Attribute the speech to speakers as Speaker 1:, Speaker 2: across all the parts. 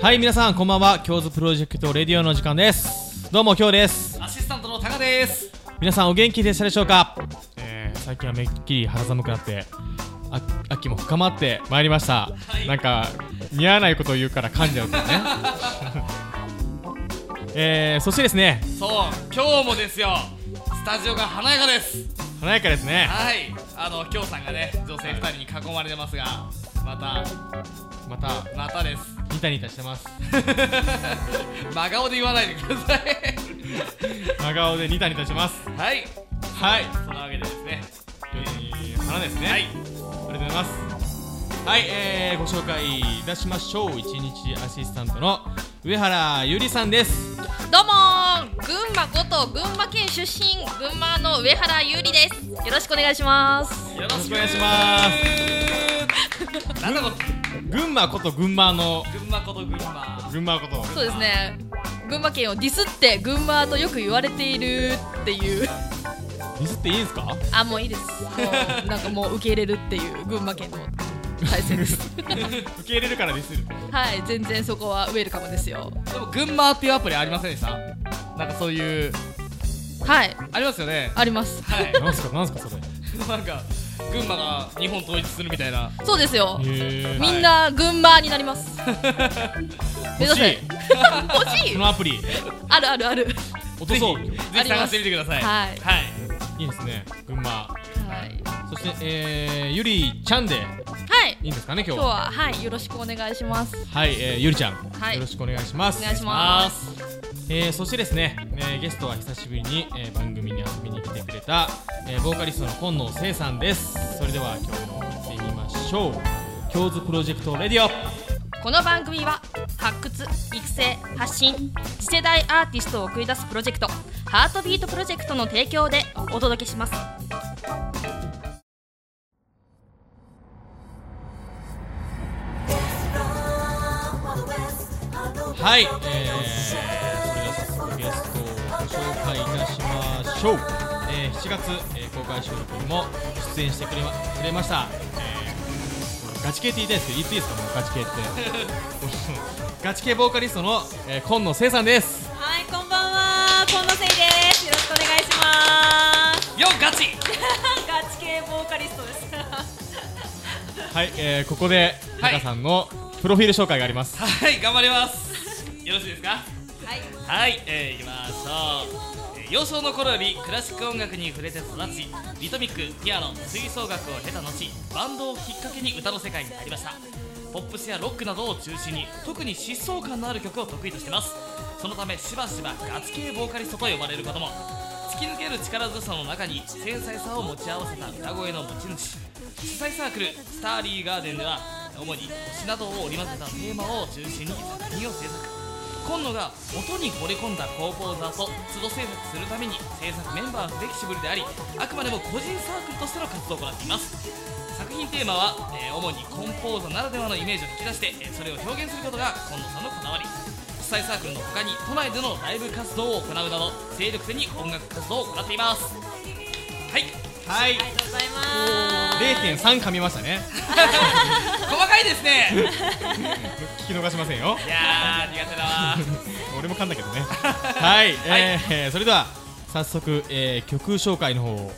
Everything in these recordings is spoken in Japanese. Speaker 1: はい皆さんこんばんは京都プロジェクトレディオの時間ですどうも今日です
Speaker 2: アシスタントのタカです。
Speaker 1: 皆さんお元気でしたでしょうか、えー、最近はめっきり肌寒くなってあ秋も深まってまいりました、
Speaker 2: い
Speaker 1: なんか似合わないことを言うから噛んじゃうんだよね えー、そしてですね
Speaker 2: そう、今日もですよ。スタジオが華やかです。
Speaker 1: 華やかですね
Speaker 2: はい、あの、きょうさんがね、女性二人に囲まれてますが、また、
Speaker 1: また
Speaker 2: またです。
Speaker 1: ニタニタしてます
Speaker 2: 真顔で言わないでください。
Speaker 1: 真顔でニタニタしてます
Speaker 2: はい、
Speaker 1: はい
Speaker 2: そんなわけでですね。
Speaker 1: えー花ですね、
Speaker 2: はい、
Speaker 1: ありがとうございますはい、えー、ご紹介いたしましょう一日アシスタントの上原ゆりさんです
Speaker 3: どうもー群馬こと群馬県出身群馬の上原優里ですよろしくお願いします
Speaker 2: よろ。
Speaker 1: しくお願いします
Speaker 2: なんだこ、
Speaker 1: 群馬こと群馬の
Speaker 2: 群馬こと群馬。
Speaker 1: 群馬こと
Speaker 3: そうですね群馬県をディスって群馬とよく言われているっていう
Speaker 1: ミスっていいんですか
Speaker 3: あもういいですもうなんかもう受け入れるっていう群馬県の体制です
Speaker 1: 受け入れるからディスる
Speaker 3: はい全然そこはウェルカムですよ
Speaker 2: でも、群馬っていうアプリありませんでした。なんか、そういう、
Speaker 3: はい
Speaker 2: ありますよね。
Speaker 3: あります
Speaker 2: はい、
Speaker 1: なんすかなんすかそれへ
Speaker 2: なんか、群馬が日本統一するみたいな。
Speaker 3: そうですよ
Speaker 1: え
Speaker 3: みんな群馬になります 目指
Speaker 1: 欲し
Speaker 3: せ
Speaker 1: い
Speaker 3: 欲しい
Speaker 1: そのアプリ
Speaker 3: あるあるある
Speaker 1: 落とそう
Speaker 2: ぜ
Speaker 1: い
Speaker 2: ひぜひ探してみてください。
Speaker 3: あります
Speaker 2: はい。
Speaker 1: いですね群馬
Speaker 3: はい
Speaker 1: そして、えー、ゆりちゃんで
Speaker 3: はい
Speaker 1: いいんですかね今日
Speaker 3: 今日
Speaker 1: は
Speaker 3: ははいよろしくお願いします
Speaker 1: はい、えー、ゆりちゃん、
Speaker 3: はい
Speaker 1: よろしくお願いします
Speaker 3: お願いし
Speaker 2: あ
Speaker 3: ます
Speaker 1: えー、そしてですね、えー、ゲストは久しぶりに、えー、番組に遊びに来てくれた、えー、ボーカリストの今野聖さんですそれでは今日も行ってみましょう「京都プロジェクトレディオ」
Speaker 3: この番組は発掘育成発信次世代アーティストを送り出すプロジェクトハートビートプロジェクトの提供でお届けします
Speaker 1: はい、えー、それでは早速ゲストをご紹介いたしましょう、えー、7月、えー、公開収録にも出演してくれまくれました、えー、ガチ系って言いたいですけど言っていいですかもうガチ系ってガチ系ボーカリストの、えー、今野聖さんです
Speaker 4: はい、こんばんは、近藤せいです。よろしくお願いします。
Speaker 2: よガチ。
Speaker 4: ガチ系ボーカリストです。
Speaker 1: はい、えー、ここで、
Speaker 2: は
Speaker 1: タ
Speaker 2: い
Speaker 1: カさんのプロフィール紹介があります
Speaker 2: はい、頑張ります。よろしいですか。
Speaker 4: は
Speaker 2: は
Speaker 4: い、
Speaker 2: い、えー、行きましょう。えー幼少の頃よりクラシック音楽に触れて育ちリトミックピアノ吹奏楽を経た後バンドをきっかけに歌の世界に入りましたポップスやロックなどを中心に特に疾走感のある曲を得意としてますそのためしばしばガチ系ボーカリストと呼ばれることも突き抜ける力強さの中に繊細さを持ち合わせた歌声の持ち主主催サークルスターリーガーデンでは主に星などを織り交ぜたテーマを中心に作品を制作今野が音に惚れ込んだコーポーザーと都度制作するために制作メンバーはフレキシブルでありあくまでも個人サークルとしての活動を行っています作品テーマは、えー主にコンポーザならではのイメージを引き出して、えーそれを表現することが今野さんのこだわり主催サークルの他に都内でのライブ活動を行うなど精力的に音楽活動を行っていますはい
Speaker 1: はい
Speaker 4: ありがとうございます。
Speaker 1: 0.3噛みましたね
Speaker 2: 細かいですね
Speaker 1: 聞き逃しませんよ
Speaker 2: いやー苦手だわ
Speaker 1: 俺も噛んだけどねはい、えーそれでは早速、えー、曲紹介の方を、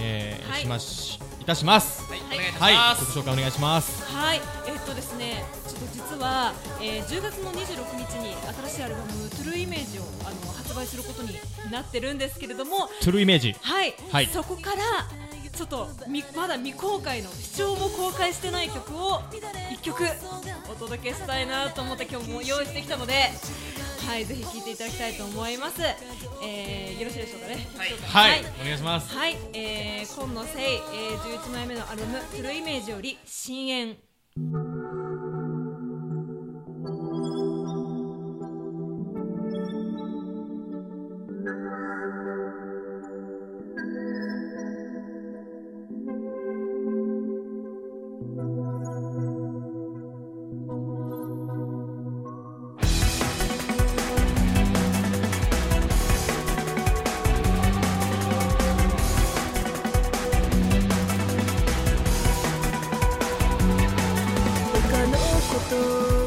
Speaker 1: えー
Speaker 4: はい
Speaker 1: しましいたします
Speaker 2: はい、お願いいたし
Speaker 1: はい
Speaker 2: ます、
Speaker 1: 曲紹介お願いします
Speaker 4: はい、えっとですね、ちょっと実は、えー、10月の26日に新しいアルバムトゥルーイメージをあの発売することになってるんですけれども、
Speaker 1: トゥルーイメージ
Speaker 4: はい、
Speaker 1: はい
Speaker 4: そこからちょっとみまだ未公開の視聴も公開してない曲を一曲お届けしたいなと思って今日も用意してきたのではいぜひ聴いていただきたいと思います、えー、よろしいでしょうかね
Speaker 2: はい
Speaker 1: はい、
Speaker 4: はい
Speaker 1: お願いします
Speaker 4: はい、えー、今野聖、えー、11枚目のアルバム「トゥルーイメージ」より「深淵」
Speaker 5: 他の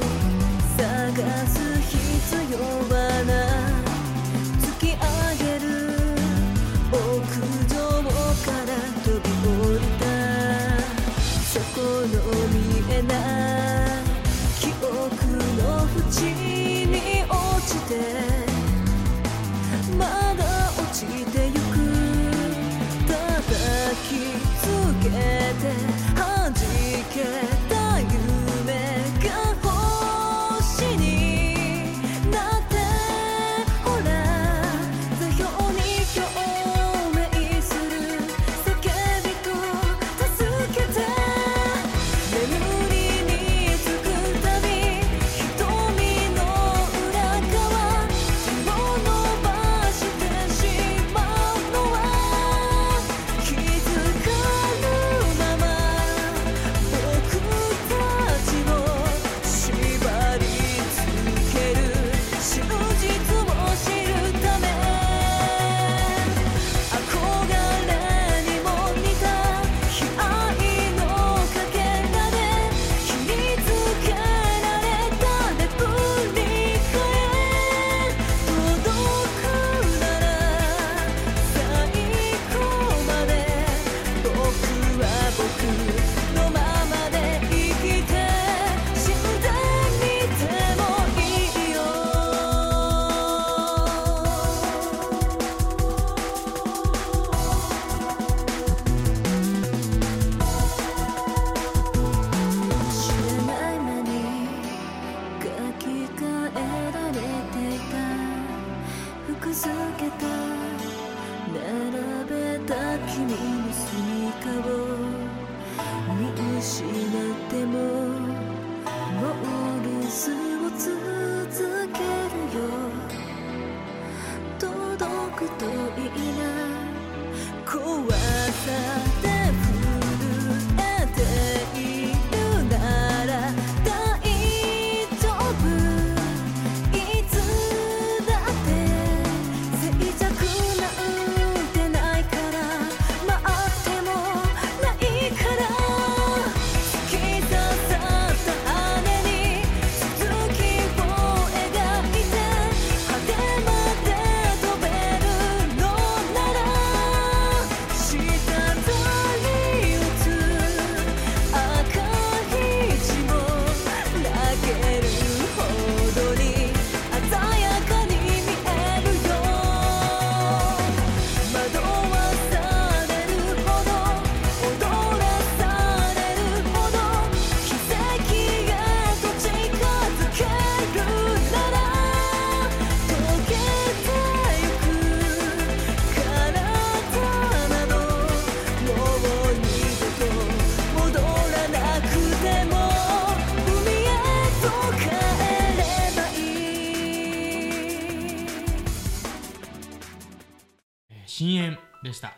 Speaker 1: でした、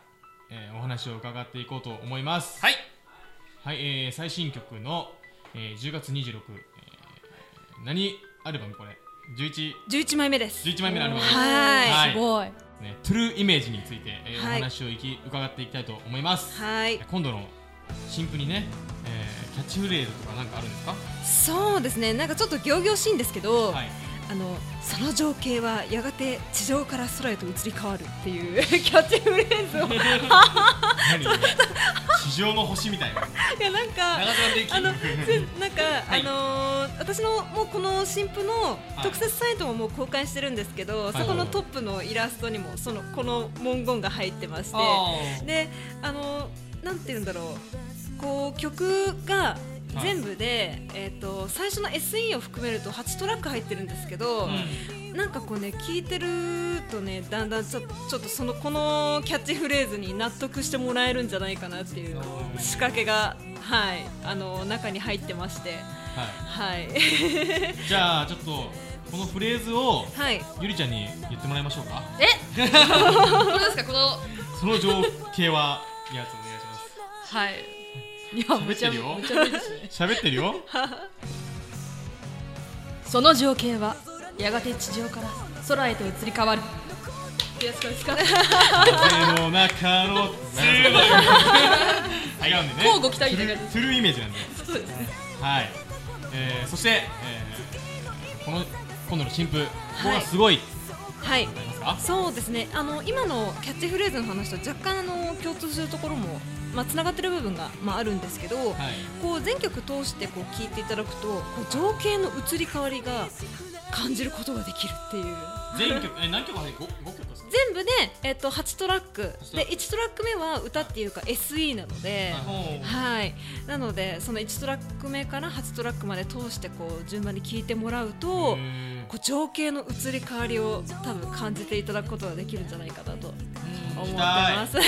Speaker 1: えーお話を伺っていこうと思います
Speaker 2: はい
Speaker 1: はい、えー最新曲の、えー10月26、えー何アルバムこれ11
Speaker 4: 11枚目です
Speaker 1: 11枚目のアルバムです
Speaker 4: は
Speaker 1: はい
Speaker 4: いすごい
Speaker 1: ね、トゥルーイメージについて、えー
Speaker 4: はい
Speaker 1: お話をいき伺っていきたいと思います、
Speaker 4: はい
Speaker 1: 今度の新譜にね、えーキャッチフレーズとかなんかあるんですか
Speaker 4: そうですねなんかちょっと仰々しいんですけ ど、
Speaker 1: はい
Speaker 4: あのその情景はやがて地上から空へと移り変わるっていう キャッチフレーズをい
Speaker 1: 何地上の星みたいな
Speaker 4: やなんか
Speaker 2: 長澤でき
Speaker 4: あのせなんか、
Speaker 1: はい
Speaker 4: あのー私のもうこの新婦の
Speaker 1: い
Speaker 4: 特設サイトももう公開してるんですけど、
Speaker 1: い
Speaker 4: そこのトップのイラストにもそのこの文言が入ってまして
Speaker 2: あー
Speaker 4: であのーなんて言うんだろうこう曲が全部で、えー、と最初の SE を含めると8トラック入ってるんですけど、なんかこうね聞いてるとねだんだんちょちょっとそのこのキャッチフレーズに納得してもらえるんじゃないかなっていう仕掛けがはいあの中に入ってまして
Speaker 1: は
Speaker 4: はい
Speaker 1: い、じゃあちょっとこのフレーズを
Speaker 4: はい
Speaker 1: ゆりちゃんに言ってもらいましょうか
Speaker 3: えこれですかこの
Speaker 1: その情景はやつお願いします
Speaker 3: はいいや
Speaker 1: 喋ってるよ
Speaker 3: むちゃむちゃですね
Speaker 1: 喋ってるよ
Speaker 3: その情景はやがて地上から空へと移り変わるいやそれですか
Speaker 1: 風の中の違うんでね
Speaker 3: 交互期待みたい
Speaker 1: トゥル
Speaker 3: な
Speaker 1: ートゥルーイメージなんで
Speaker 3: そうですね
Speaker 1: はい、えー、そして、えー、この今度の新婦ここがすごいって
Speaker 4: はい
Speaker 1: ありますか、
Speaker 4: そうですねあの今のキャッチフレーズの話と若干あの共通するところもまあつながってる部分がまああるんですけど、
Speaker 1: はい
Speaker 4: こう全曲通してこう聞いていただくとこう情景の移り変わりが感じることができるっていう
Speaker 1: 全曲えー何曲入って五五曲ですか
Speaker 4: 全部で、えっと8トラック
Speaker 1: トラ
Speaker 4: で1トラック目は歌っていうか SE なので、はい、なのでその1トラック目から8トラックまで通してこう順番に聞いてもらうと
Speaker 1: え
Speaker 4: こう情景の移り変わりを多分感じていただくことができるんじゃないかなと思ってます
Speaker 2: こ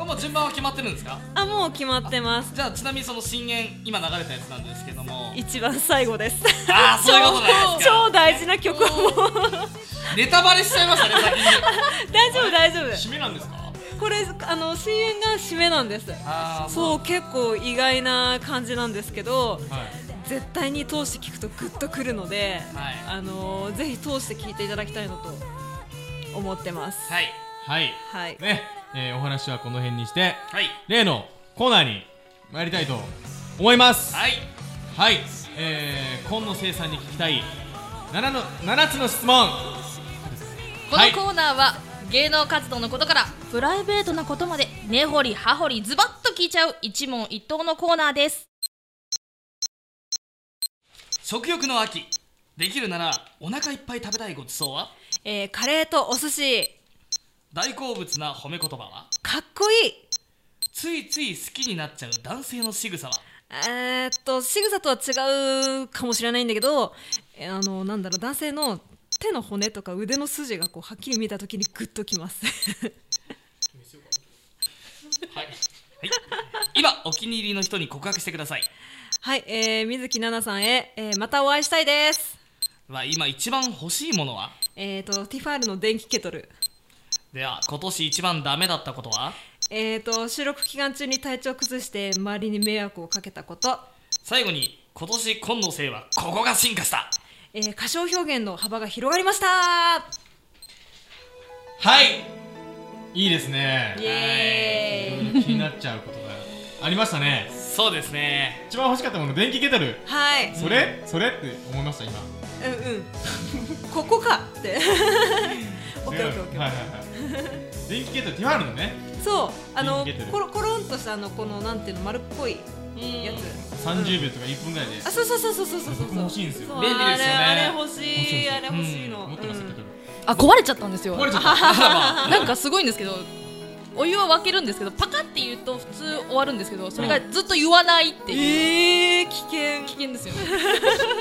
Speaker 2: れもう順番は決まってるんですか
Speaker 4: あもう決まってます
Speaker 2: じゃあちなみにその新演今流れたやつなんですけども
Speaker 4: 一番最後です
Speaker 2: ああそういうことなんですか
Speaker 4: 超大事な曲をもう
Speaker 2: ネタバレしちゃいましたね先に
Speaker 4: 大丈夫大丈
Speaker 1: ー、締めなんですか
Speaker 4: 夫これあの水煙が締めなんです
Speaker 2: あー
Speaker 4: そう結構意外な感じなんですけど
Speaker 1: はい
Speaker 4: 絶対に通して聞くとグッとくるので、
Speaker 2: はい
Speaker 4: あのーぜひ通して聞いていただきたいのと思ってます。
Speaker 2: はい
Speaker 1: はい
Speaker 4: はい、
Speaker 1: ね、えー、お話はこの辺にして
Speaker 2: はい
Speaker 1: 例のコーナーに参りたいと思います
Speaker 2: はい
Speaker 1: はい、えー、今野聖さんに聞きたい7の7つの質問
Speaker 3: このコーナーは芸能活動のことからプライベートなことまで根掘り葉掘りズバッと聞いちゃう一問一答のコーナーです
Speaker 2: 食欲の秋できるならお腹いっぱい食べたいごちそうは
Speaker 4: えーカレーとお寿司
Speaker 2: 大好物な褒め言葉は
Speaker 4: かっこいい。
Speaker 2: ついつい好きになっちゃう男性の仕草は
Speaker 4: えー、っと仕草とは違うかもしれないんだけど、えーあのなんだろう男性の手の骨とか腕の筋がこうはっきり見たときにグッときます。
Speaker 2: はい、はい、今お気に入りの人に告白してください
Speaker 4: はい、えー、水木奈々さんへ、えーまたお会いしたいです。
Speaker 2: は今一番欲しいものは
Speaker 4: えー、っとティファールの電気ケトル。
Speaker 2: では今年一番ダメだったことは
Speaker 4: えー、と収録期間中に体調を崩して周りに迷惑をかけたこと、
Speaker 2: 最後に今年今のせいはここが進化した
Speaker 4: えー、歌唱表現の幅が広がりました
Speaker 1: はいいいですね
Speaker 4: イエーイ
Speaker 1: いろいろ気になっちゃうことがありましたね
Speaker 2: そうですね
Speaker 1: 一番欲しかったもの電気ケトル
Speaker 4: はい
Speaker 1: それ、それって思いました今
Speaker 4: うんうん ここかって オッケーオッケーオッケー、
Speaker 1: はいはいはい電気ケトルティファールのね
Speaker 4: そうあの
Speaker 1: 電気出てる
Speaker 4: コロコロンとしたあのこのなんていうの丸っこいやつ
Speaker 1: 30秒とか1分ぐらいで
Speaker 4: あそうそうそうそうそうそうそう
Speaker 1: 僕も欲しいんですよ
Speaker 4: そう
Speaker 2: 便利ですよね
Speaker 4: あれあれ欲しいあれ
Speaker 1: うん
Speaker 4: 欲しいの、うん
Speaker 1: 持ってますよケトル
Speaker 3: あ壊れちゃったんですよ
Speaker 1: 壊れちゃった
Speaker 3: なんかすごいんですけどお湯は沸けるんですけどパカって言うと普通終わるんですけどそれがずっと言わないっていう、
Speaker 4: えー、危険
Speaker 3: 危険ですよね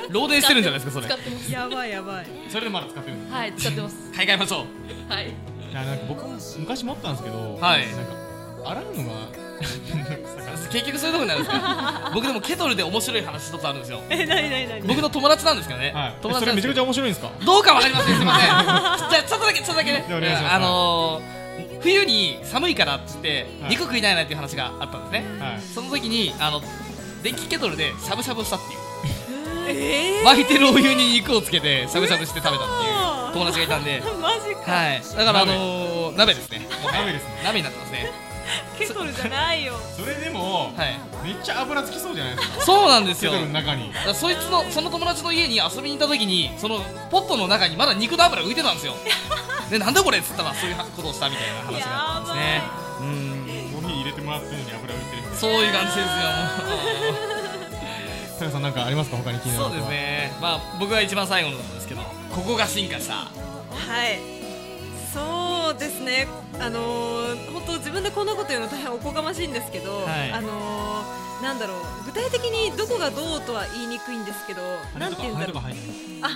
Speaker 2: 漏電してるんじゃないですかそ
Speaker 3: 使っ
Speaker 2: れ
Speaker 3: てます
Speaker 4: やばいやばい
Speaker 1: それでまだ使ってるんで
Speaker 3: はい使ってます
Speaker 2: 買い替えましょう
Speaker 3: は
Speaker 1: い
Speaker 3: い
Speaker 1: やなんか僕も昔持ったんですけど
Speaker 2: はい
Speaker 1: なんか洗う のが
Speaker 2: 結局そういうとこになるんですか 僕でもケトルで面白い話一つあるんですよ
Speaker 4: えなになになに
Speaker 2: 僕の友達なんですけどね、
Speaker 1: はい
Speaker 2: 友
Speaker 1: えそ
Speaker 2: 達な
Speaker 1: れ
Speaker 2: んで
Speaker 1: め
Speaker 2: す
Speaker 1: ちゃく
Speaker 2: け
Speaker 1: ち
Speaker 2: ど
Speaker 1: ゃ面白いんですか
Speaker 2: どうかわかりませんすいませんじゃあちょっとだけちょっとだけね
Speaker 1: お願いします
Speaker 2: あのー冬に寒いからっつって
Speaker 1: はい
Speaker 2: 肉食いないなっていう話があったんですね、
Speaker 1: はい
Speaker 2: その時にあの電気ケトルでしゃぶしゃぶをしたっていう
Speaker 4: え
Speaker 2: 沸いてるお湯に肉をつけてしゃぶしゃぶして食べたっていう
Speaker 4: 嘘
Speaker 2: 友達がいたんで
Speaker 4: ー、マジか、
Speaker 2: はいだからあのー、鍋ですね
Speaker 1: 鍋ですね
Speaker 2: 鍋になってますね
Speaker 4: ケトルじゃないよ
Speaker 1: それでも、
Speaker 2: はい
Speaker 1: めっちゃ油つきそうじゃないですか
Speaker 2: そうなんです
Speaker 1: ケ
Speaker 2: よ
Speaker 1: トルの中に
Speaker 2: だからそいつのその友達の家に遊びに行った時にそのポットの中にまだ肉の油浮いてたんですよでなんだこれっつったらそういうことをしたみたいな話があったんですね
Speaker 1: ゴミ入れてもらってるのに油浮いてる
Speaker 2: そういう感じですよもう
Speaker 1: さやさんなんかありますか他に気 になる
Speaker 2: そ
Speaker 1: こ
Speaker 2: う
Speaker 1: とは
Speaker 2: ですねまあ僕が一番最後のなんですけどここが進化した
Speaker 4: はいそうですねあのー、本当自分でこんなこと言うの大変おこがましいんですけど、
Speaker 2: はい
Speaker 4: あのー、なんだろう具体的にどこがどうとは言いにくいんですけど
Speaker 1: 羽
Speaker 4: なん
Speaker 1: とか
Speaker 4: て言うん
Speaker 1: 羽
Speaker 4: だ
Speaker 1: と
Speaker 4: ろ
Speaker 1: か
Speaker 4: う
Speaker 1: 入ってる
Speaker 4: あ羽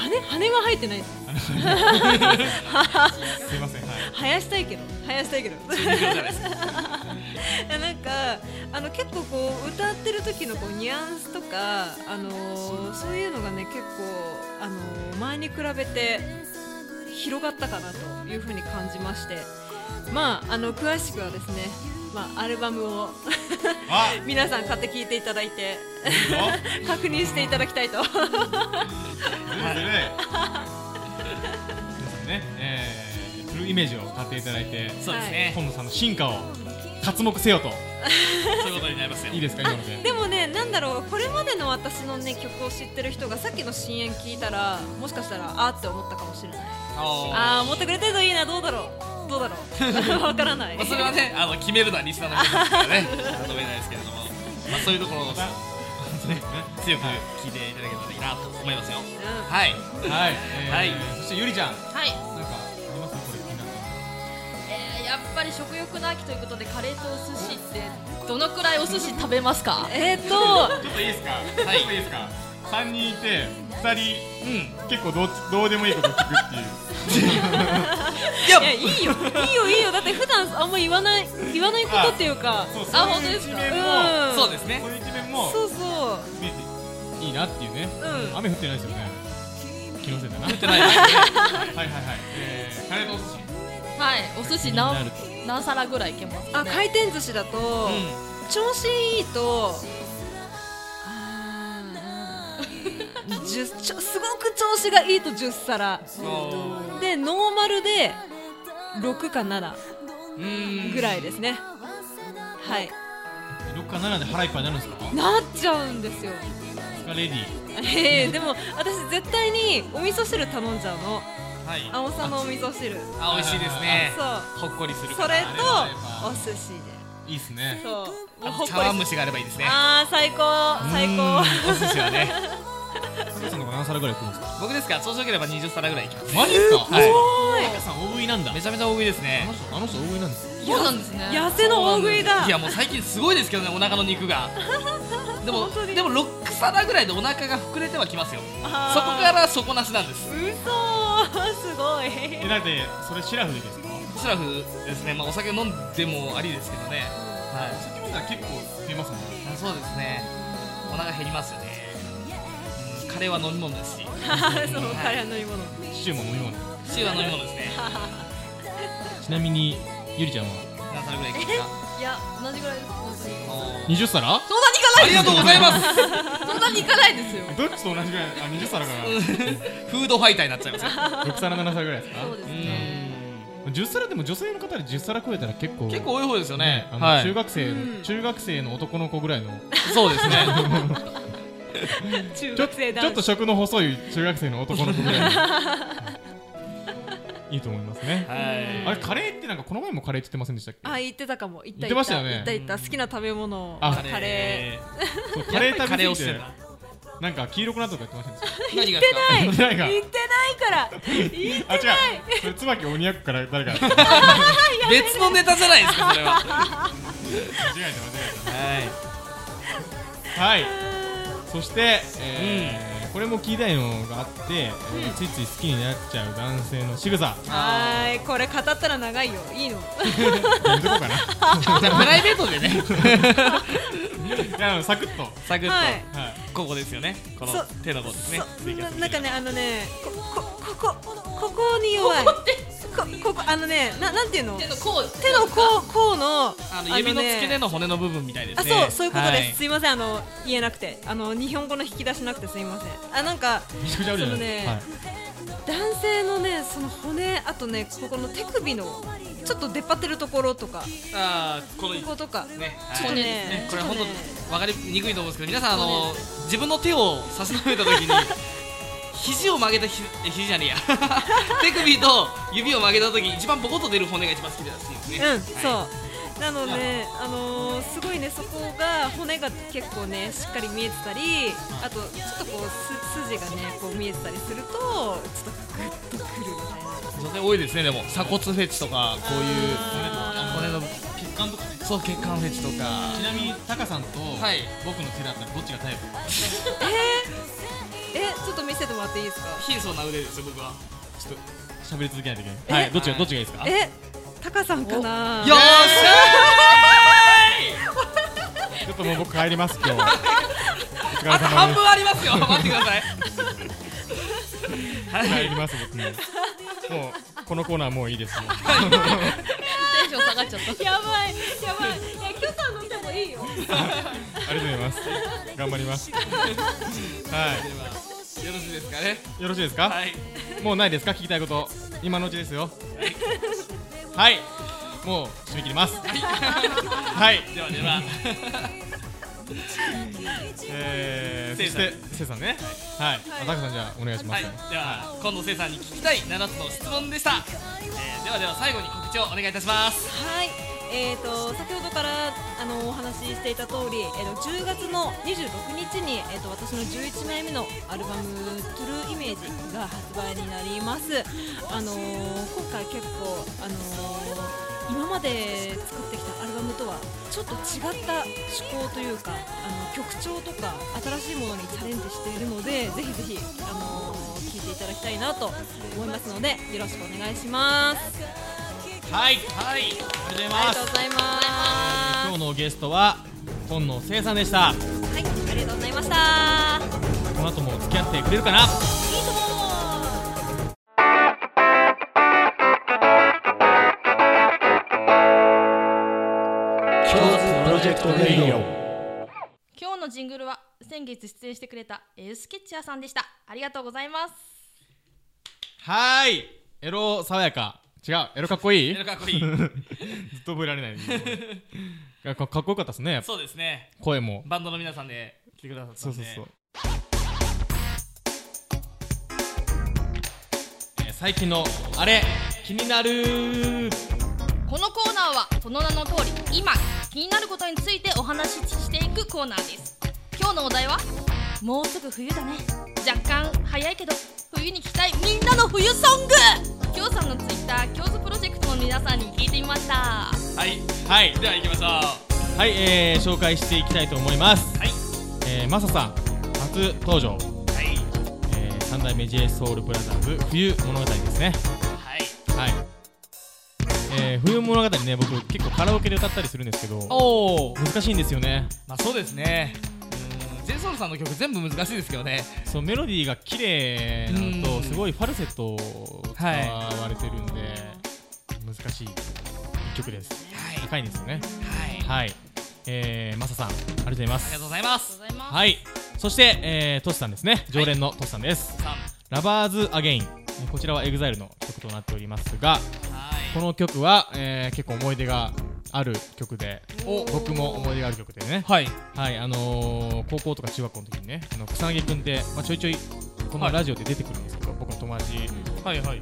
Speaker 4: 羽羽は生えてないです
Speaker 1: すいませんはい
Speaker 4: 生やしたいけど生やしたいけど
Speaker 2: じゃないですか
Speaker 4: なんかあの結構こう歌ってる時のこうニュアンスとかあのー、そういうのがね結構あのー、前に比べて広がったかなというふうに感じましてまああの詳しくはですねまあアルバムを
Speaker 1: あ
Speaker 4: 皆さん買って聴いていただいて
Speaker 1: いいよ
Speaker 4: 確認していただきたいと
Speaker 1: ずるいずるい皆さんねえーフルイメージを買っていただいて
Speaker 2: そうですね、
Speaker 1: 今野さんの進化を刮目せよと
Speaker 2: そういうことになりますよ
Speaker 1: いいですか今ので
Speaker 4: でもねなんだろうこれまでの私のね曲を知ってる人がさっきの「深淵」聞いたらもしかしたらあーって思ったかもしれない
Speaker 2: あ
Speaker 4: あー持ってくれてるといいなどうだろうどうだろう わからない
Speaker 2: ー、まあ、それはねあの決めるのはリスナーの皆さんですからね求めないですけれども、まあ、そういうところを強く聞いていただけたらいいなと思いますよ
Speaker 4: う
Speaker 2: はい
Speaker 1: はいは
Speaker 2: はいい
Speaker 1: そしてゆりちゃん
Speaker 3: はい、
Speaker 1: なんかありますこれ気になって
Speaker 3: えー、やっぱり食欲の秋ということでカレーとお寿司ってどのくらいお寿司食べますか
Speaker 4: んえーっと
Speaker 1: るちょっといいですか
Speaker 2: い
Speaker 1: ちょっといいですか三人いて二人
Speaker 2: うん
Speaker 1: 結構どうどうでもいいこと聞くっていう
Speaker 2: いや
Speaker 4: いやいいよいいよいいよだって普段あんま言わない言わないことっていうか
Speaker 1: そう
Speaker 3: あ
Speaker 1: そう
Speaker 3: 本当
Speaker 1: いう
Speaker 3: で
Speaker 1: 一
Speaker 3: すか
Speaker 1: 面も
Speaker 4: うん
Speaker 2: そうですね
Speaker 1: そういう一面も
Speaker 4: そうそう
Speaker 1: 見えていいなっていうね
Speaker 4: うん
Speaker 1: 雨降ってないですよね気のせいだ な降って
Speaker 2: ないですね
Speaker 1: はいはいはいえーカレーとお寿司
Speaker 3: はいお寿司
Speaker 1: 気
Speaker 3: 何
Speaker 1: にな
Speaker 3: 何皿ぐらいいけますか、
Speaker 4: あ
Speaker 3: ね、
Speaker 4: 回転寿司だと、調子いいとあーうん 十ちょすごく調子がいいと10皿
Speaker 2: う
Speaker 4: でノーマルで6か7
Speaker 2: ん
Speaker 4: ぐらいですねはい
Speaker 1: 六か七で腹いっぱいになるんですか
Speaker 4: なっちゃうんですよ
Speaker 1: スカレディ
Speaker 4: えー、でも私絶対にお味噌汁頼んじゃうの
Speaker 2: はい
Speaker 4: 青さのお味噌汁
Speaker 2: あ美味しいですね
Speaker 4: そ
Speaker 2: ほっこりする
Speaker 4: うそ
Speaker 1: あ
Speaker 4: れと
Speaker 1: れば
Speaker 4: お寿司
Speaker 1: いいっす
Speaker 4: で
Speaker 1: ね
Speaker 4: そうもう
Speaker 2: あ
Speaker 4: ほ
Speaker 2: と
Speaker 4: っ
Speaker 2: 茶
Speaker 4: こり
Speaker 2: 碗蒸しがあればいいですね
Speaker 4: あー最高最
Speaker 2: うん
Speaker 4: 高
Speaker 2: お寿司はね
Speaker 1: 佐藤さんの方が何皿ぐらい食うんですか
Speaker 2: 僕ですからそうしよければ20皿ぐらいいきます
Speaker 1: マジっすか
Speaker 2: はい
Speaker 1: 佐藤さん大食いなんだ
Speaker 2: めちゃめちゃ大食いです
Speaker 1: あ
Speaker 2: ね
Speaker 1: の人あの人大食いなんですよ
Speaker 3: そうなんですね
Speaker 4: 痩せの大食いだ
Speaker 2: いやもう最近すごいですけどねお腹の肉がでも
Speaker 4: 本当に
Speaker 2: でも6皿ぐらいでお腹が膨れてはきますよそこ
Speaker 4: あー
Speaker 2: から底なしなんです
Speaker 4: うそーすごい
Speaker 1: えだってそれシラフでですか
Speaker 2: シラフですねまあお酒飲んでもありですけどねはい
Speaker 1: さっきまでは結構出ますもんね
Speaker 2: あそうですねお腹減りますよね、うん、カレーは飲み物 ですし
Speaker 4: そう彼は飲み物
Speaker 1: シチューも飲み物
Speaker 2: シチューは飲み物ですね
Speaker 1: ちなみにゆりちゃんは
Speaker 2: 何皿ぐらいいきますか
Speaker 3: いや同じぐらいです本当に
Speaker 2: おー
Speaker 1: 20皿
Speaker 3: そんなにいか
Speaker 2: あ
Speaker 3: ない
Speaker 2: りがとうございます
Speaker 3: そんなにいかないですよ
Speaker 1: どっちと同じぐらいあ20皿か
Speaker 2: フードファイターになっちゃい ますよ
Speaker 1: な6皿7皿ぐらいですか
Speaker 3: そうですね
Speaker 1: 10皿でも女性の方で10皿超えたら結構
Speaker 2: 結構多い方ですよね
Speaker 1: ねあの
Speaker 2: はい
Speaker 1: 中学生
Speaker 4: う
Speaker 1: の
Speaker 4: ん
Speaker 1: 中学生の男の子ぐらいの
Speaker 2: そうですね
Speaker 4: 中
Speaker 1: ちょ
Speaker 4: 学生
Speaker 1: ちょっ
Speaker 4: 男
Speaker 1: と
Speaker 4: 子
Speaker 1: 食の細い中学生の男の子ぐら いのいいと思いますね
Speaker 2: は
Speaker 1: あ
Speaker 2: い
Speaker 1: れカレーってなんかこの前もカレーって言ってませんでしたっけ
Speaker 4: あ言ってたかも言った
Speaker 1: 言ってましたよね
Speaker 4: 言った言った好きな食べ物
Speaker 1: あ
Speaker 4: カレ
Speaker 1: そう
Speaker 2: ー
Speaker 1: カレー食
Speaker 2: カ
Speaker 1: べ
Speaker 2: レー
Speaker 1: 過
Speaker 2: を
Speaker 1: ぎ
Speaker 2: しててた
Speaker 1: なんか黄色くなったとか言ってませんでし
Speaker 2: 何が
Speaker 4: ー
Speaker 1: 言っ
Speaker 4: 言ってて
Speaker 1: な
Speaker 4: ないい
Speaker 1: か
Speaker 4: 言ってないから言ってない
Speaker 1: たあ違うそれ椿鬼奴から誰 か間違
Speaker 2: 別のネタじゃないですかそ れはは
Speaker 1: えた間違えたはいそして、えーこれも聞いたいのがあって、えーついつい好きになっちゃう男性の仕草
Speaker 4: はーいこれ語ったら長いよいいの
Speaker 1: やめとこう かな
Speaker 2: いじゃあプライベートでね
Speaker 1: いやあのサクッと
Speaker 2: サクッと、
Speaker 4: はい
Speaker 1: はい
Speaker 2: ここですよねこの
Speaker 4: そう
Speaker 2: 手の方ですね
Speaker 4: そうななんかねあのねここここここに弱いこここここあのねななんていうの手
Speaker 3: 手の甲
Speaker 4: の甲甲の
Speaker 2: あの指の付け根
Speaker 4: の
Speaker 2: の骨の部分みたいで
Speaker 4: あ
Speaker 2: すね
Speaker 4: そうそういうことです、
Speaker 2: はい
Speaker 4: すいませんあの言えなくてあの日本語の引き出しなくてすいませんあなんか
Speaker 1: めちゃくちゃあるじゃないですか、
Speaker 4: そのね男性のねその骨あとねここの手首のちょっと出っ張ってるところとか
Speaker 2: あーこの
Speaker 4: こことか
Speaker 2: ね、
Speaker 4: ちょっと
Speaker 2: はい
Speaker 4: ね
Speaker 2: ねこれ
Speaker 4: ちょっ
Speaker 2: 本
Speaker 4: とね
Speaker 2: 当わかりにくいと思うんですけど、皆さんあの自分の手を差し伸べた ときに肘を曲げたひえ肘じゃねえや、手首と指を曲げたとき一番ボコッと出る骨が一番好きですもんね。
Speaker 4: うん、そうなので、あのーすごいねそこが骨が結構ねしっかり見えてたりあとちょっとこうす筋がねこう見えてたりするとちょっとグッとくるみたいな
Speaker 2: う。女性多いですねでも鎖骨フェチとかこういう
Speaker 4: あ
Speaker 2: 骨の
Speaker 1: 血管とかね
Speaker 2: そう血管フェチとか
Speaker 1: ち。なみにタカさんと
Speaker 2: はい
Speaker 1: 僕の手だったらどっちがタイプ
Speaker 4: えちょっと見せてもらっていいですか
Speaker 2: 貧相な腕ですよ僕は。
Speaker 1: ちょっと喋り続けないといけ
Speaker 4: え
Speaker 1: ないはいどっちがどっちがいいですか
Speaker 4: えタカさんかな
Speaker 2: よっしゃーい。
Speaker 1: ちょっともう僕帰ります今日お疲れ
Speaker 2: あと
Speaker 1: 様
Speaker 2: 半
Speaker 1: で
Speaker 2: 分ありますよ。待ってください。
Speaker 1: す帰ります僕もうもうこのコーナーもういいですよ
Speaker 3: テンション下がっちゃった
Speaker 4: やばいやばいいやキョさんの手もいいよ
Speaker 1: ありがとうございます頑張りますは
Speaker 2: よろしいですかね。
Speaker 1: いよろしいですか、
Speaker 2: はい。
Speaker 1: もうないですか聞きたいこと今のうちですよはいもう締め切りますはい、
Speaker 2: ではでは。
Speaker 1: えー、
Speaker 2: せ
Speaker 1: そし
Speaker 2: いさん
Speaker 1: てせいさんねはい、あタカさんじゃあお願いしま
Speaker 2: は
Speaker 1: す、
Speaker 2: い
Speaker 1: ね、
Speaker 2: では近藤聖さんに聞きたい7つの質問でした、えー、ではでは最後に告知をお願いいたします
Speaker 4: はい、えー、と先ほどからあのお話ししていた通り、えー、と10月の26日に、えー、と私の11枚目のアルバム「トゥルーイメージ」が発売になります、あのー今回結構、あのー今まで作ってきたアルバムとはちょっと違った趣向というかあの曲調とか新しいものにチャレンジしているのでぜひぜひ、あのー聞いていただきたいなと思いますのでよろしくお願いします
Speaker 2: はい
Speaker 1: あ
Speaker 2: はい
Speaker 1: りがとうござい
Speaker 4: あり
Speaker 1: ま
Speaker 4: が
Speaker 1: す
Speaker 4: とうございます
Speaker 1: 今日のゲストは本能せいさんでした
Speaker 4: はい、ありがとうございました。
Speaker 1: この後も付き合ってくれるかない
Speaker 4: いとも。
Speaker 5: プロジェクトレイオ
Speaker 3: 今日のジングルは先月出演してくれたエルスケッチャーさんでしたありがとうございます
Speaker 1: はーいエロ爽やか違うエロかっこいい
Speaker 2: エ
Speaker 1: ず
Speaker 2: ロ
Speaker 1: っ
Speaker 2: かっこいい
Speaker 1: と覚えられないかかっこよかったですねやっぱ
Speaker 2: そうですね
Speaker 1: 声も
Speaker 2: バンドの皆さんで来てくださったんで
Speaker 1: そうそうそう、えー最近のあれ気になる
Speaker 3: このコーナーはその名の通り今気になることについてお話ししていくコーナーです今日のお題はもうすぐ冬だね若干早いけど冬に聞きたいみんなの冬ソングきょうさんのツイッターきょうずプロジェクトの皆さんに聞いてみました
Speaker 2: はい
Speaker 1: はい
Speaker 2: では行きましょう
Speaker 1: はい、えー紹介していきたいと思います、
Speaker 2: はい
Speaker 1: えー、マサさん初登場、
Speaker 2: はい
Speaker 1: えー、三代目 j ソウルブラザーズ冬物語ですね
Speaker 2: は
Speaker 1: は
Speaker 2: い
Speaker 1: い、えー、冬物語ね僕結構カラオケで歌ったりするんですけど
Speaker 2: おお
Speaker 1: 難しいんですよね
Speaker 2: まあそうですねうーんジェイソウルさんの曲全部難しいですけどね
Speaker 1: そうメロディーが綺麗なのと
Speaker 2: うん
Speaker 1: すごいファルセットを使われてるんで、難しい一曲です
Speaker 2: はいはい
Speaker 1: 高いんですよね
Speaker 2: あ
Speaker 1: はいえー、マサさんありがとうございま
Speaker 2: りが
Speaker 1: す
Speaker 2: とうございま
Speaker 3: あり
Speaker 2: す
Speaker 3: がとうございます、
Speaker 1: はいそして、えー、トシさんですね常連のトシさんです、
Speaker 2: さん
Speaker 1: ラバーズアゲインこちらは EXILE の曲となっておりますが
Speaker 2: はい
Speaker 1: この曲は、えー、結構思い出がある曲で
Speaker 2: お
Speaker 1: 僕も思い出がある曲でね
Speaker 2: はい
Speaker 1: はいあのー高校とか中学校の時にねあの草薙君って、まあ、ちょいちょいこの
Speaker 2: はい
Speaker 1: ラジオで出てくるんですけど、僕の友達
Speaker 2: はいはい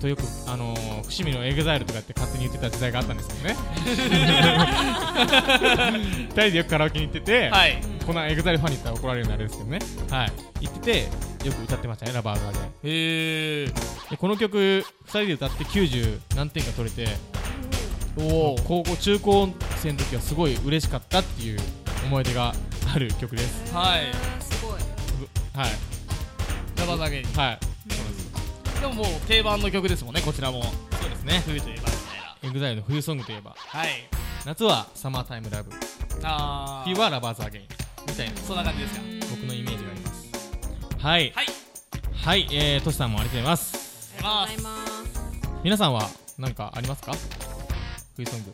Speaker 1: とよく、あのー伏見の EXILE とかって勝手に言ってた時代があったんですけど ね二人でよくカラオケに行ってて、
Speaker 2: はい
Speaker 1: この EXILE ファンに言ったら怒られるのあれですけどねはい行っててよく歌ってましたねラバーガーで
Speaker 2: へえ
Speaker 1: でこの曲2人で歌って90何点か取れて
Speaker 2: おお
Speaker 1: 高校中高生の時はすごい嬉しかったっていう思い出がある曲です
Speaker 2: はい
Speaker 4: すごい。
Speaker 1: はい
Speaker 2: ラバーズアゲイン
Speaker 1: はい
Speaker 2: でももう定番の曲ですもんねこちらも
Speaker 1: そうですね
Speaker 2: 冬といえばみたいな
Speaker 1: EXILE の冬ソングといえば
Speaker 2: はい
Speaker 1: 夏は「サマータイムラブ」
Speaker 2: あー
Speaker 1: 冬は「ラバーズ・アゲイン」みたいな
Speaker 2: そんな感じですか
Speaker 1: 僕のイメージがありますはい
Speaker 2: はい
Speaker 1: はいえー、トシさんもありがとうございます
Speaker 4: ありがとうございます。
Speaker 1: 皆さんは何かありますか冬ソング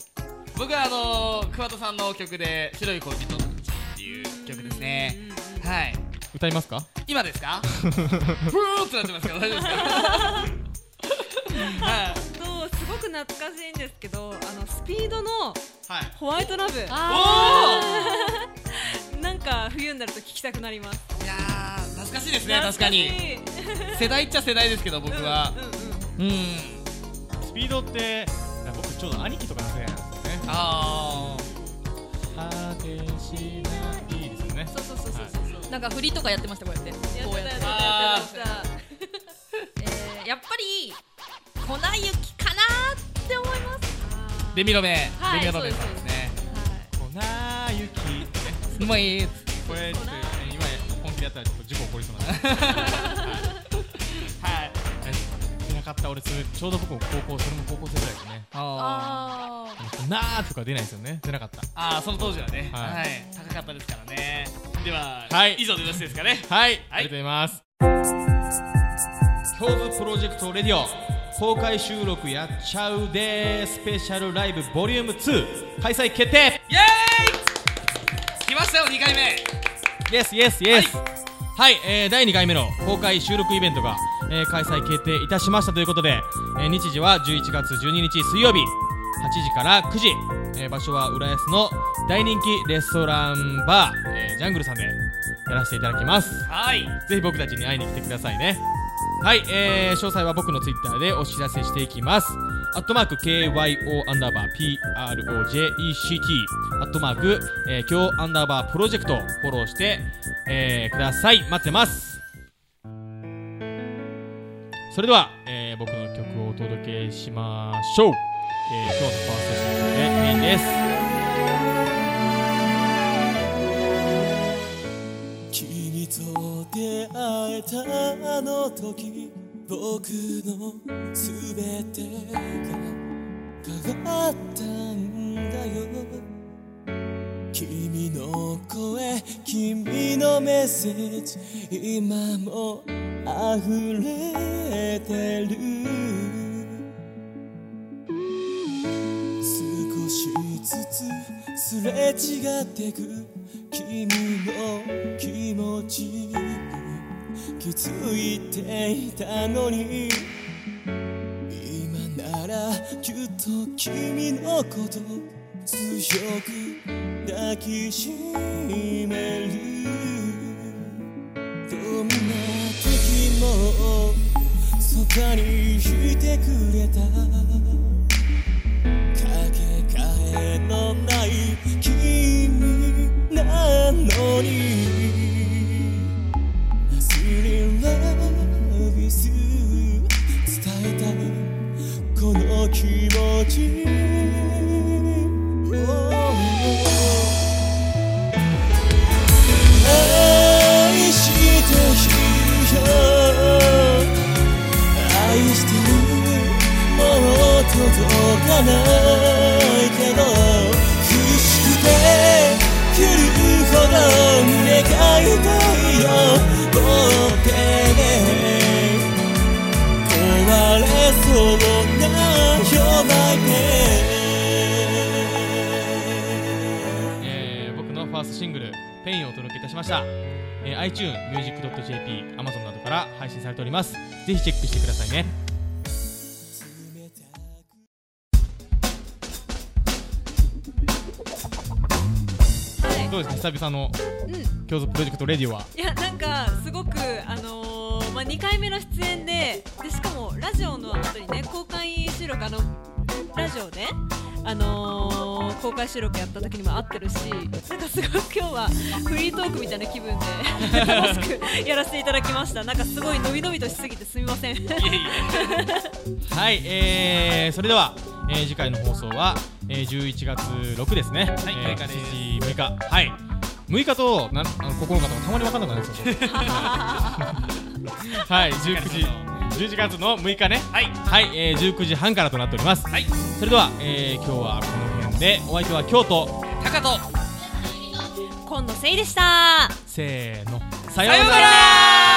Speaker 2: 僕はあのー、桑田さんの曲で「白い恋人たち」っていう曲ですねはい
Speaker 1: 歌いますか
Speaker 2: 今ですかふーってなってますけど大丈夫ですかは
Speaker 4: とすごく懐かしいんですけどあのスピードの
Speaker 2: い、はい
Speaker 4: ホワイトラブ
Speaker 2: お
Speaker 4: なんか冬になると聴きたくなります
Speaker 2: おいやー懐かしいですね確かに世代っちゃ世代ですけど僕
Speaker 4: 僕
Speaker 2: は
Speaker 4: うんうんうん
Speaker 2: うん
Speaker 6: スピードって僕ちょうど兄貴とかの世代なんですよね
Speaker 2: あ
Speaker 1: 果てしないですよね
Speaker 4: そうそうそうそうそうそう
Speaker 3: なんか振りとかやってましたこうやって
Speaker 4: やっ
Speaker 3: こう
Speaker 4: て
Speaker 3: や
Speaker 4: た
Speaker 3: っ
Speaker 4: やっててたやってた
Speaker 3: えーやっぱり粉雪かなーって思います
Speaker 2: ーデミロメ、
Speaker 3: はい
Speaker 2: デミロメさんですね
Speaker 1: 粉雪
Speaker 2: うまい
Speaker 1: これちょっとね今本気でやったらちょっと事故起こりそうなんで
Speaker 2: はい
Speaker 1: はいいなかった俺それちょうど僕も高校それも高校生ぐらいですね
Speaker 2: あー
Speaker 3: あ
Speaker 1: 「
Speaker 3: ー
Speaker 1: なー」とか出ないですよね出なかった
Speaker 2: あーその当時はね、
Speaker 1: は
Speaker 2: はいい高かったですからねでは、
Speaker 1: はい
Speaker 2: 以上でよろしいですかね
Speaker 1: はい、
Speaker 2: は
Speaker 1: あ
Speaker 2: い
Speaker 1: りがとうございます京都プロジェクトレディオ公開収録やっちゃうでスペシャルライブボリューム2開催決定
Speaker 2: イエーイ来ましたよ2回目
Speaker 1: イエスイエスイエスはい、えー第2回目の公開収録イベントが、えー開催決定いたしましたということで、えー日時は11月12日水曜日8時から9時、えー場所は浦安の大人気レストランバー、えージャングルさんでやらせていただきます
Speaker 2: はい
Speaker 1: ぜひ僕たちに会いに来てくださいね。はい、えー、詳細は僕のツイッターでお知らせしていきます。アットマーク KYO アンダーバー PROJECT アットマーク、えー、今日アンダーバープロジェクトフォローして、えー、ください。待ってます。それでは、えー、僕の曲をお届けしましょう。えー、今日のファーストシングルでメインです。
Speaker 7: 君と出会えたあの時僕の全てが変わったんだよ君の声君のメッセージ今も溢れてる少しずつすれ違ってく君の気持ちに気づいていたのに今ならきっと君のこと強く抱きしめるどんな時もそばにいてくれたかけがえのない君なのに Still love is you 伝えたいこの気持ち Oh 愛しているよ愛してるもう届かないからけど苦しくて来るほど胸が痛いよ持ってね壊れそうな夜前
Speaker 1: えー僕のファーストシングル「ペインをお届けいたしました、えー、iTunemusic.jp Amazon などから配信されておりますぜひチェックしてくださいね
Speaker 4: はい
Speaker 1: どうですか久々の
Speaker 4: うん
Speaker 1: 京都プロジェクトレディオはい
Speaker 4: やなんかすごくあのーまあ2回目の出演ででしかもラジオの後にね公開収録あのラジオで、あのー公開収録やった時にも合ってるしなんかすごく今日はフリートークみたいな気分で楽しくやらせていただきましたなんかすごいのびのびとしすぎてすみません
Speaker 2: いえいえ
Speaker 1: はい、えー、それでは、えー次回の放送は、えー11月6ですね、はいえー、
Speaker 2: 6です
Speaker 1: 7時6日はい6日となんあの9日とかたまに分かんなくなるんですよはい19時11月の6日ね
Speaker 2: はい
Speaker 1: はい、えー、19時半からとなっております
Speaker 2: はい
Speaker 1: それでは、えー、今日はこの辺でお相手は京都
Speaker 2: タカト
Speaker 4: 今野せいでした
Speaker 1: せーのさ
Speaker 2: さようなら